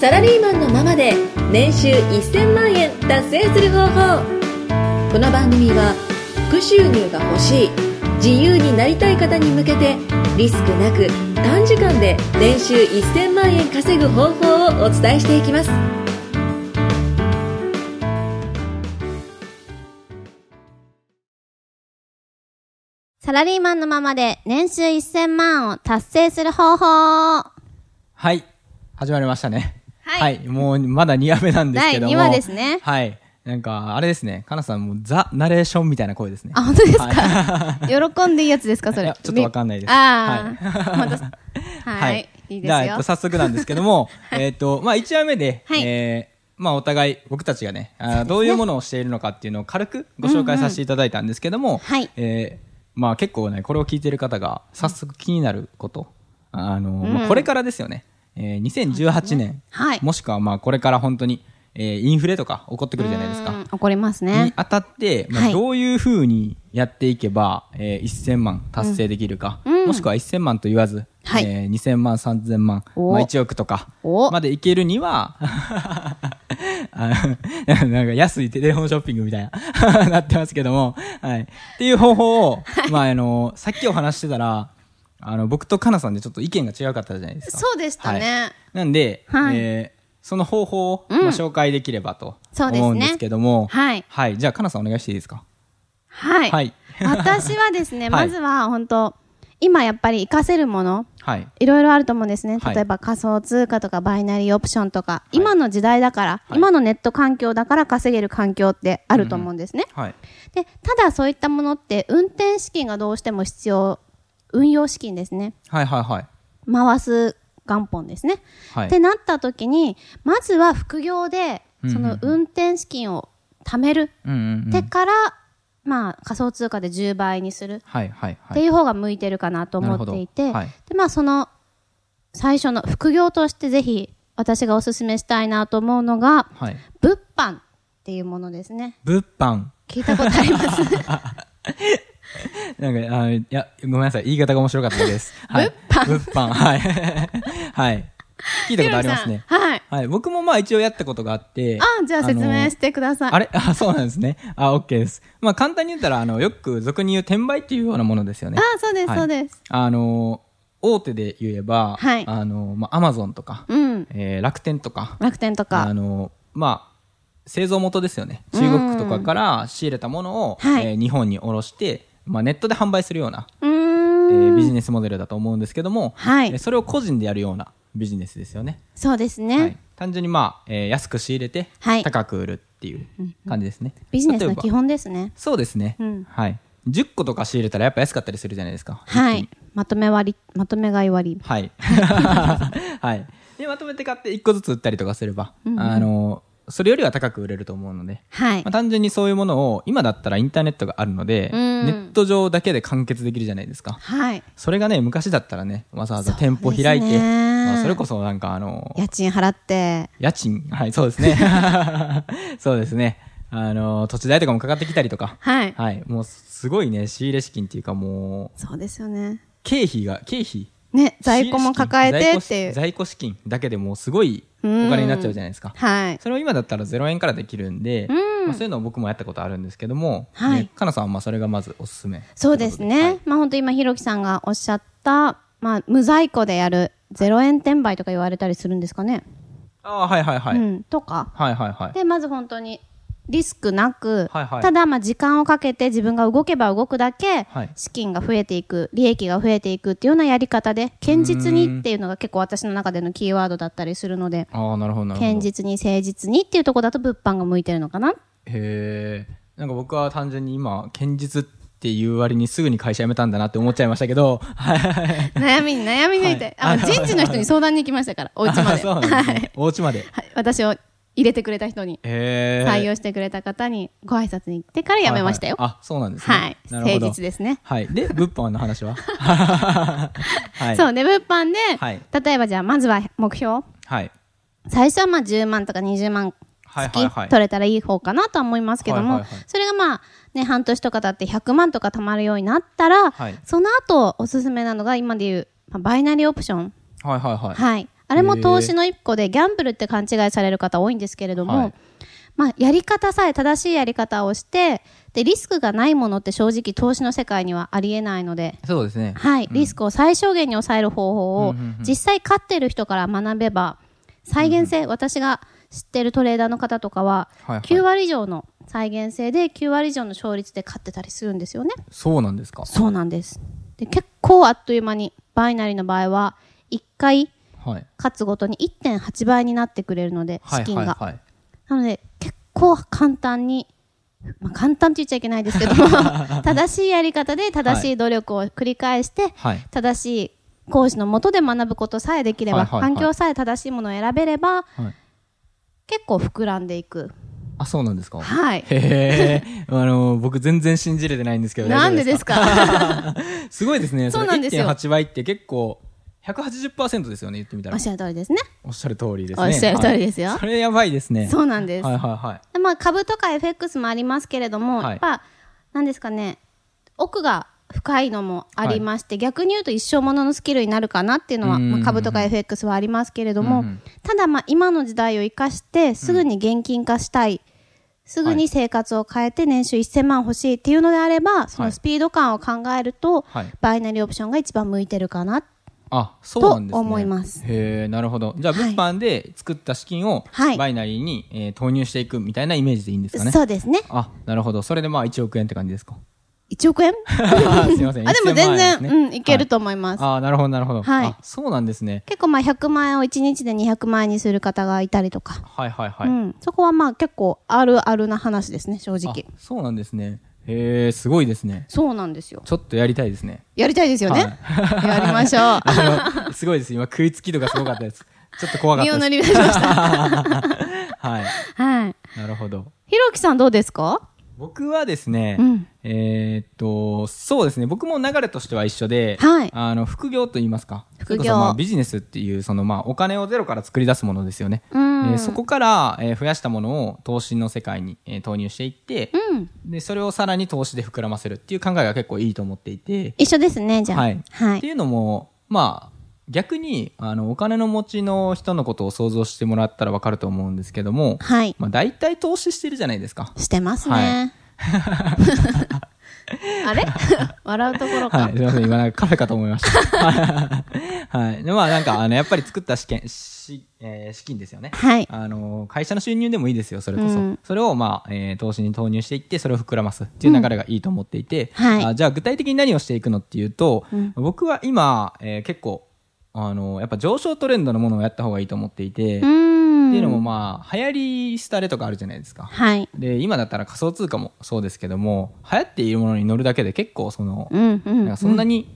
サラリーマンのままで年収1000万円達成する方法この番組は副収入が欲しい自由になりたい方に向けてリスクなく短時間で年収1000万円稼ぐ方法をお伝えしていきますサラリーマンのままで年収1000万を達成する方法はい。始まりましたね。はもう、まだ2話目なんですけども。第二話ですねはい。なんか、あれですね。かなさん、もうザ・ナレーションみたいな声ですね。あ、本当ですか、は喜んでいいやつですかそいれや。ちょっとわかんないですああ、本当はい、い、いですじゃあ、えっよと、。早速なんですけ ども、えっと、まあ、1話目で、はいえーまあ、お互い、僕たちがねあーどういうものをしているのかっていうのを軽くご紹介させていただいたんですけども、はいえーまあ、結構ね、これを聞いてる方が、早速気になること、あの、まあこれからですよね、えー2018年、はいもしくは、まあ、これから本当に、えーインフレとか起こってくるじゃないですか。うん怒りますにね。当たって、まはあ、いどういうふうにやっていけば、えー1000万達成できるか、もしくは1000万と言わず、はいえー2000万、3000万、おまあ、1億とかおまでいけるには、 あの なんか安いテレフォンショッピングみたいな なってますけども、はい、っていう方法を、まああのさっきお話ししてたらあの僕とかなさんでちょっと意見が違うかったじゃないですか。そうでしたねはいなんで、はいえーその方法を、まあ、紹介できればとそうですね思うんですけども、はいはい。じゃあ、かなさんお願いしていいですか。はい。はい私はですね、 はいまずは本当、今やっぱり活かせるもの、はい。 いろいろあると思うんですね。はい例えば仮想通貨とかバイナリーオプションとか、今の時代だから、はい今のネット環境だから稼げる環境ってあると思うんですね。はい。でただそういったものって運転資金がどうしても必要運用資金ですねはいはいはい。回す元本ですね、はいってなった時にまずは副業でうんうんそうんの運転資金を貯めるうんうん、うん。ってから、まあ、仮想通貨で10倍にするはいはいはっい。ていう方が向いてるかなと思っていなて、るほどはいでまあ、その最初の副業としてぜひ私がおすすめしたいなと思うのがはい。物販っていうものですね物販。聞いたことあり ますなんか、あのいや、ごめんなさい。言い方が面白かったです。 はい。物販。はい。 はい。聞いたことありますね。ヒロ さんはい。はい。僕もまあ一応やったことがあって。あ、じゃあ説明してください。あれあ、そうなんですね。あ、OK です。まあ簡単に言ったら、あの、よく俗に言う転売っていうようなものですよね。あそうですはいそうです。あの、大手で言えば、はいあの、まあ、アマゾンとか、うん。えー楽天とか、楽天とあか。の、まあ、製造元ですよね。中国とかから仕入れたものを、はいえー日本に卸して、まあ、ネットで販売するような、うえーん。ービジネスモデルだと思うんですけども、はいえーそれを個人でやるようなビジネスですよね。そうですはねい。、単純に、まあえー安く仕入れて、はい高く売るっていう感じですね。ビジネス例えのば基本ですね。そうですね、うんはい。10個とか仕入れたらやっぱ安かったりするじゃないですか。は一気にい。まとめ割り、まとめ買い割り。 はい。はい。で、まとめて買って1個ずつ売ったりとかすれば、あの、それよりは高く売れると思うので、はいまあ、。単純にそういうものを、今だったらインターネットがあるので、うんネット上だけで完結できるじゃないですか。はい。それがね、昔だったらね、わざわざそうです店ね舗開いて、まあ、それこそなんかあの、家賃払って。家賃、はい、そうです ね。そうですね。あの、土地代とかもかかってきたりとか、はい。はい、もうすごいね、仕入れ資金っていうかもう、そうですよね。経費が、経費ね、在庫も抱えてっていう。在庫資金だけでもうすごいお金になっちゃうじゃないですか。はい。それを今だったら0円からできるんで、まあ、そういうのを僕もやったことあるんですけども、はいねかなさんはまあそれがまずおすすめ。そうですね。まあ本当今、ひろきさんがおっしゃった、まあ無在庫でやる0円転売とか言われたりするんですかね。ああ、はいはいはい。うん。とか。はいはいはい。でまず本当にリスクなく、はいはいただまあ時間をかけて自分が動けば動くだけはい資金が増えていく、利益が増えていくっていうようなやり方で堅実にっていうのが結構私の中でのキーワードだったりするのでああ、なるほどなるほど。堅実に誠実にっていうところだと物販が向いてるの かなへえ。なんか僕は単純に今、堅実っていう割にすぐに会社辞めたんだなって思っちゃいましたけど、はい。悩みに悩み抜いて、あの人事の人に相談に行きましたから お家 までそうなんですはいね。お家まで。はい私を入れてくれた人にへえ。採用してくれた方にご挨拶に行ってから辞めましたよはいはいあ、そうなんですね。はい、なるほど誠実ですねはい。で、物販の 話ははい。そうね、物販で、はい例えばじゃあ、まずは目標。はい。最初はまあ10万とか20万はいはい月はい。取れたらいい方かなとは思いますけども、はいはいはいそれがまあ、ね、半年とか経って100万とか貯まるようになったら、はいその後、おすすめなのが今でいう、まあバイナリーオプション。はいはいはい。はい。あれも投資の一個でギャンブルって勘違いされる方多いんですけれども、はいまあ、やり方さえ正しいやり方をしてでリスクがないものって正直投資の世界にはありえないので、そうですね。はい、リスクを最小限に抑える方法うをんうんうん実際勝ってる人から学べば再現性、私が知ってるトレーダーの方とかははいはい9割以上の再現性で9割以上の勝率で勝ってたりするんですよね。そうなんですか。そうなんですで結構あっという間にバイナリーの場合は1回はい。勝つごとに1.8倍になってくれるのでは資い金が、はいはい。なので結構簡単に、まあ、簡単って言っちゃいけないです けど正しいやり方で正しい努力を繰り返して、はい。正しい講師のもとで学ぶことさえできれば、はいはいはい環境さえ正しいものを選べればはい。結構膨らんでいくあ、そうなんですか。はいへえ。あの、僕全然信じれてないんですけど。なんでですか かすごいですね。そうなんですよれ1.8倍って結構、180%ですよね、言ってみたおらっ。しゃる通りですねおっしゃる通りですね。おっしゃる通りですよはいそれやばいですね。そうなんです、はいはいはい。でまあ、株とか FX もありますけれども、はいやっぱなんですかね奥が深いのもありまして、逆に言うと一生もののスキルになるかなっていうのは、うんうんうんまあ、株とか FX はありますけれども、うんうんただまあ今の時代を生かしてすぐに現金化したい、すぐに生活を変えて年収1000万欲しいっていうのであればそのスピード感を考えると、はいバイナリーオプションが一番向いてるかなあ、そうなんですね。と思いますへえ、なるほど。じゃあ、はい物販で作った資金をはいバイナリーにえー投入していくみたいなイメージでいいんですかね。そうですねあ、なるほど。それでまあ1億円って感 じ ですか。 1億円あすいませ ん。あでも1000全万円然、ですねうん、いけると思います、はいあ、なるほど、なるほど。はいあ、そうなんですね。結構まあ100万円を1日で200万円にする方がいたりとか、はいはいはい。うん、そこはまあ結構あるあるな話ですね正直あそうなんですね。へえ、すごいですね。そうなんですよちょっとやりたいですね。やりたいですよね、 やり ましょあのすごいです。今、食いつきとかすごかったです。ちょっと怖うかっ身をた乗でり出しましす。 はい。たはいなるほど。ひろきさんどうですか僕はですね、うんえーっと、そうですね、僕も流れとしては一緒で、はいあの副業と言いますか、副業それこそまあビジネスっていう、そのまあお金をゼロから作り出すものですよね。うん、えーそこから、えー増やしたものを投資の世界に、えー投入していって、うんで、それをさらに投資で膨らませるっていう考えが結構いいと思っていて、一緒ですねじゃあはいはってい、いうのも、まあ、逆にあのお金の持ちの人のことを想像してもらったら分かると思うんですけども、はいまあ、大体投資してるじゃないですか。してますね、 あれ笑うところか、は い、すみません、今なんかカフェかと思いました。 はい、で、まあ、なんか、あの、やっぱり作った資金、し、えー資金ですよね。はいあの、会社の収入でもいいですよ、それこうそ。んそれを、まあ、えー投資に投入していって、それを膨らますっていう流れがいいと思っていて。うんはいあじゃあ、具体的に何をしていくのっていうと、うん僕は今、えー結構、あの、やっぱ上昇トレンドのものをやった方がいいと思っていて。うっんていうのも、まあ、流行り廃れとかあるじゃないですか。はいで、今だったら仮想通貨もそうですけども、流行っているものに乗るだけで結構、その、うんうなんんかそんなに、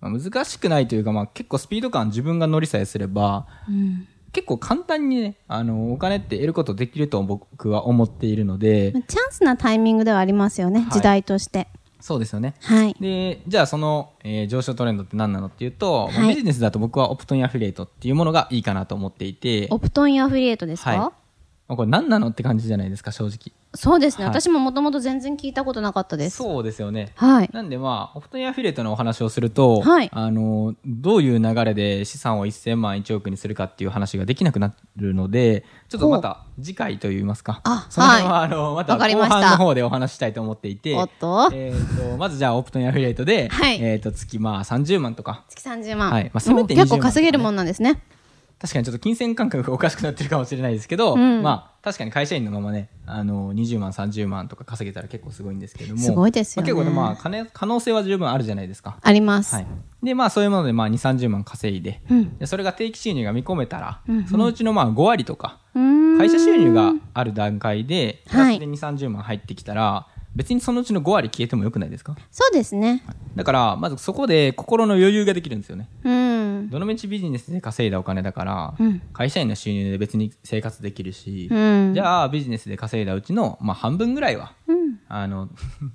まあ難しくないというか、まあ、結構スピード感自分が乗りさえすればうん結構簡単にねあのお金って得ることできると僕は思っているのでまあチャンスなタイミングではありますよね、はい時代としてそうですよねはいでじゃあその、えー上昇トレンドって何なのっていうと、まはあいビジネスだと僕はオプトインアフィリエイトっていうものがいいかなと思っていてオプトインアフィリエイトですか、はいまあこれ何なのって感じじゃないですか正直そうですね、はい私ももともと全然聞いたことなかったですそうですよねはいなんでまあ、オプトインアフィリエイトのお話をすると、はいあの、どういう流れで資産を1000万、1億にするかっていう話ができなくなるので、ちょっとまた次回といいますか、あその辺は、あの、またわかり後ました半の方でお話ししたいと思っていて、おっとえーと、まずじゃあオプトインアフィリエイトで、はいえっ、と、月まあ30万とか、月30万、はいまあせもめうて結構20万稼げるもんなんですね確かにちょっと金銭感覚がおかしくなってるかもしれないですけど、うんまあ確かに会社員のままね、あの、20万、30万とか稼げたら結構すごいんですけども、すごいですよねまあ結構まあ金、可能性は十分あるじゃないですか。あります、はい、でまあそういうもので、まあ、2 3 0万稼いで,、うんでそれが定期収入が見込めたら、うんうんそのうちのまあ5割とかうーん会社収入がある段階でプはラいスで2 3 0万入ってきたら別にそのうちの5割消えてもよくないですかそうですねだからまずそこで心の余裕ができるんですよねうんどのみちビジネスで稼いだお金だから、うん会社員の収入で別に生活できるし、うんじゃあビジネスで稼いだうちの、まあ、半分ぐらいはうんあの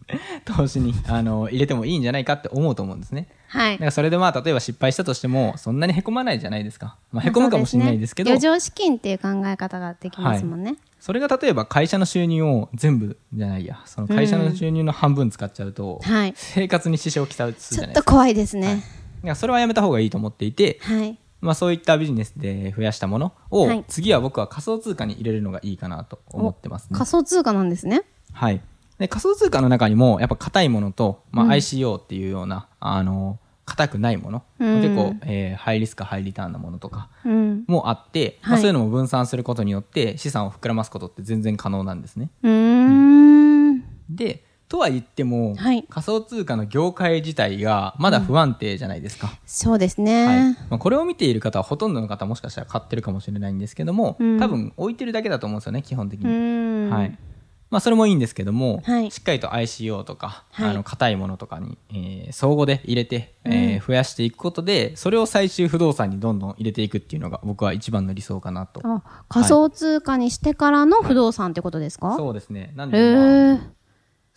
投資にあの入れてもいいんじゃないかって思うと思うんですね。はだいからそれでまあ例えば失敗したとしてもそんなにへこまないじゃないですか、まあ、へこむかもしれないですけどそそうね余剰資金っていう考え方ができますもんね、れが例えば会社の収入を全部じゃないやその会社の収入の半分使っちゃうと、はい生活に支障をきたすちじょゃっないでとすか怖いですねだからそれはやめた方がいいと思っていてはい、まあ、そういったビジネスで増やしたものを、はい次は僕は仮想通貨に入れるのがいいかなと思ってますね仮。想通貨なんですね。はい、で仮想通貨の中にもやっぱ硬いものと、まあ、うん ICO っていうような、あの硬くないもの、うん結構、えーハイリスクハイリターンなものとかうん。もあって、まあ、はいそういうのも分散することによって資産を膨らますことって全然可能なんですね。うーん。でとは言っても、はい仮想通貨の業界自体がまだ不安定じゃないですか。そうですはいね。まあ、これを見ている方はほとんどの方もしかしたら買ってるかもしれないんですけども、うん多分置いてるだけだと思うんですよね基本的うに、ーん。はい。まあ、それもいいんですけども、はいしっかりと ICO とか、はいあの硬いものとかに、えー相互で入れて、えー増やしていくことでそれを最終不動産にどんどん入れていくっていうのが僕は一番の理想かなとあ、仮想通貨にしてからの不動産ってことですか、そうですねなんえで、まあ、ー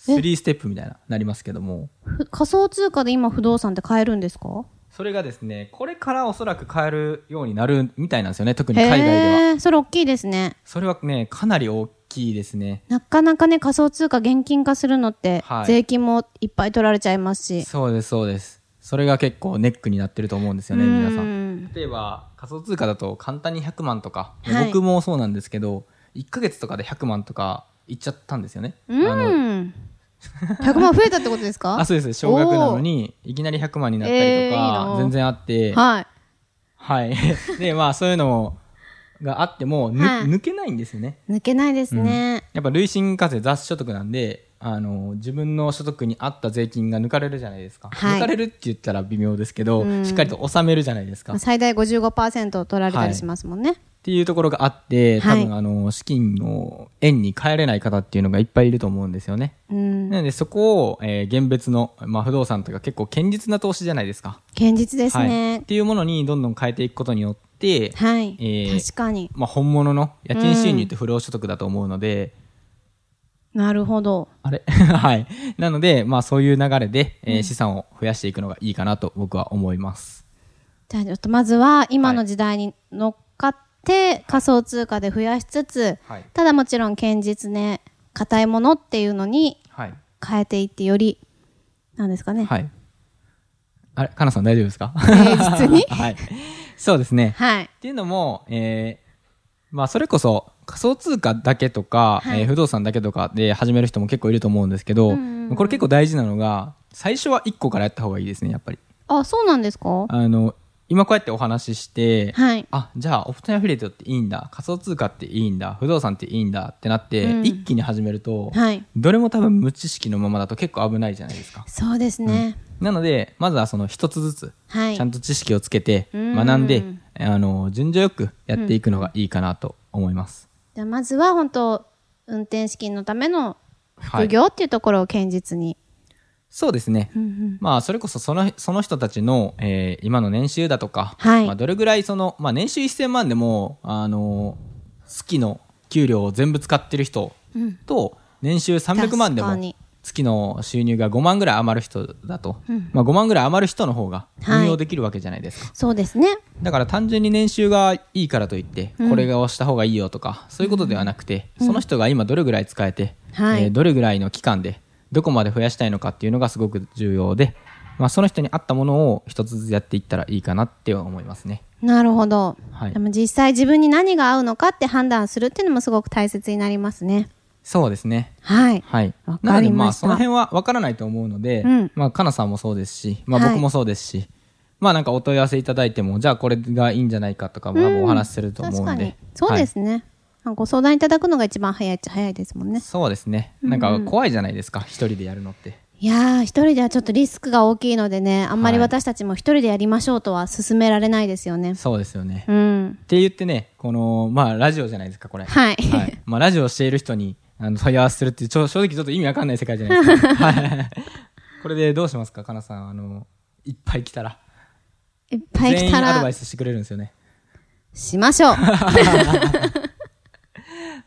3ステップみたいななりますけどもふ仮想通貨で今不動産って買えるんですかそれがですねこれからおそらく買えるようになるみたいなんですよね特にへ海外ではえ、それ大きいですね。それはねかなり大きいですねなかなかね、仮想通貨現金化するのって、はい税金もいっぱい取られちゃいますし。そうですそうですそれが結構ネックになってると思うんですよね皆さうんん例えば仮想通貨だと簡単に100万とか、はい僕もそうなんですけど1ヶ月とかで100万とかいっちゃったんですよね、あうのん。100万増えたってことですか あそうです小学なのにいきなり100万になったりとか、えーいいな全然あってはい。はい でまあそういうのがあっても、ぬはい抜けないんですよね抜けないですね。やっぱ累進課税雑所得なんであの自分の所得に合った税金が抜かれるじゃないですか、はい抜かれるって言ったら微妙ですけど、うんしっかりと納めるじゃないですか最大55%取られたりしますもんね。っていうところがあって、多はい分あの、資金の円に変えれない方っていうのがいっぱいいると思うんですよね。うん。なのでそこを、えー現別の、まあ、不動産とか結構堅実な投資じゃないですか。現実ですはい。っね。ていうものにどんどん変えていくことによって、はい。えー確かに。まあ、本物の家賃収入って不労所得だと思うので、なるほど。あれ はい。なので、まあそういう流れで、えー資産を増やしていくのがいいかなと僕は思います。じゃあちょっとまずは今の時代に乗っかって仮想通貨で増やしつつ、はいただもちろん堅実ね、硬いものっていうのにはい。変えていってより、なんですかね。はい。あれ、かなさん大丈夫ですか平日に はい。そうですね。はい。っていうのも、えーまあ、それこそ仮想通貨だけとか、はいえー不動産だけとかで始める人も結構いると思うんですけど、うんうんこれ結構大事なのが最初は1個からやった方がいいですねやっぱりあ、そうなんですかあの今こうやってお話しして、はい。あじゃあオプトンアフィリエイトっていいんだ仮想通貨っていいんだ不動産っていいんだってなって、うん一気に始めると、はい。どれも多分無知識のままだと結構危ないじゃないですかそうですね。なのでまずはその一つずつはい。ちゃんと知識をつけてうん学んで、あの順序よくやっていくのがいいかなと思います。じゃあまずは本当、運転資金のためのは副い業っていうところを堅実に。そうですね。うんうんまあそれこそそのその人たちの、えー今の年収だとか、はいまあどれぐらいそのまあ年収1000万でもあの月の給料を全部使ってる人うんと年収300万でも確かに月の収入が5万ぐらい余る人だと、うんまあ5万ぐらい余る人の方がはい運用できるわけじゃないですか。そうですね。だから単純に年収がいいからといって、うんこれをした方がいいよとかそういうことではなくて、その人が今どれぐらい使えて、はいえーどれぐらいの期間でどこまで増やしたいのかっていうのがすごく重要で、まあ、その人に合ったものを一つずつやっていったらいいかなっては思いますね。なるほど。はいでも実際自分に何が合うのかって判断するっていうのもすごく大切になりますね。そうですねはい。はい、わなかのでりままあしそたの辺は分からないと思うので、うんまあ、かなさんもそうですし、まあ、はい僕もそうですし、まあなんかお問い合わせいただいてもじゃあこれがいいんじゃないかとか多分お話しすると思確うのかで、に。そうですね。ご相談いただくのが一番早いっちゃ早いですもんね。そうですね。なんか怖いじゃないですか、一人でやるのって。いやー、一人ではちょっとリスクが大きいのでね、あんまりはい私たちも一人でやりましょうとは勧められないですよね。そうですよね。うっん。て言ってね、この、まあ、ラジオじゃないですか、これ。はいまあ、ラジオをしている人に、あの、問い合わせするっていう、ちょ正直ちょっと意味わかんない世界じゃないですか。はい。これでどうしますか、かなさん。あの、いっぱい来たら。 いっぱい全来員たアドバイら、スしてくれるんですよね。しましょう。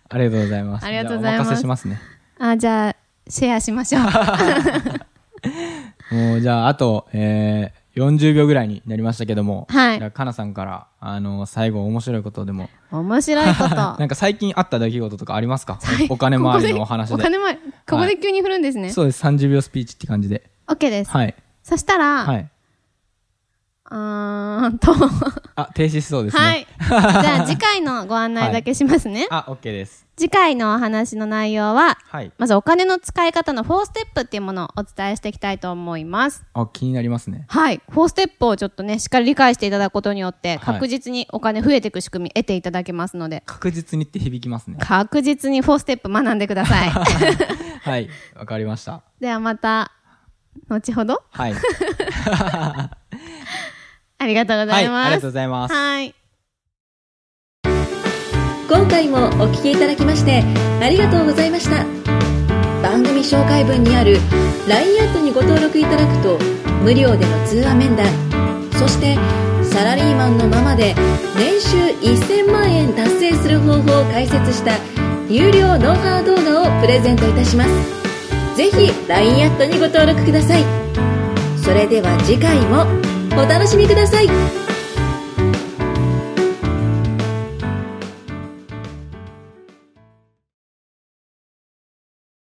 ありがとうございます。ありがとうございますじゃあお任せしますね。 あ、じゃあ、シェアしま しょう。もう、じゃあ、あと、えー、40秒ぐらいになりましたけども、はいじゃあかなさんから、あの、最後、面白いことでも、面白いこと な。んか最近あった出来事とかありますかお金回りのお話で。ここでお金回り、ここで急に振るんですね。そうです30秒スピーチって感じで OK です。はいそしたら、はいあうーんと、あ、停止しそうですね。はい。じゃあ次回のご案内だけしますね。あ、OK です。次回のお話の内容は、はい。まずお金の使い方の4ステップっていうものをお伝えしていきたいと思います。あ、気になりますね。はい。4ステップをちょっとね、しっかり理解していただくことによって、い確実にお金増えていく仕組み得ていただけますので、確実にって響きますね。確実に4ステップ学んでください。はい。わかりました。ではまた、後ほどはい。ありがとうごはざい。います。ありがとうございます。はい。今回もお聞きいただきましてありがとうございました番組紹介文にある LINE アットにご登録いただくと無料での通話面談そしてサラリーマンのままで年収1000万円達成する方法を解説した有料ノウハウ動画をプレゼントいたしますぜひ LINE アットにご登録くださいそれでは次回もお楽しみください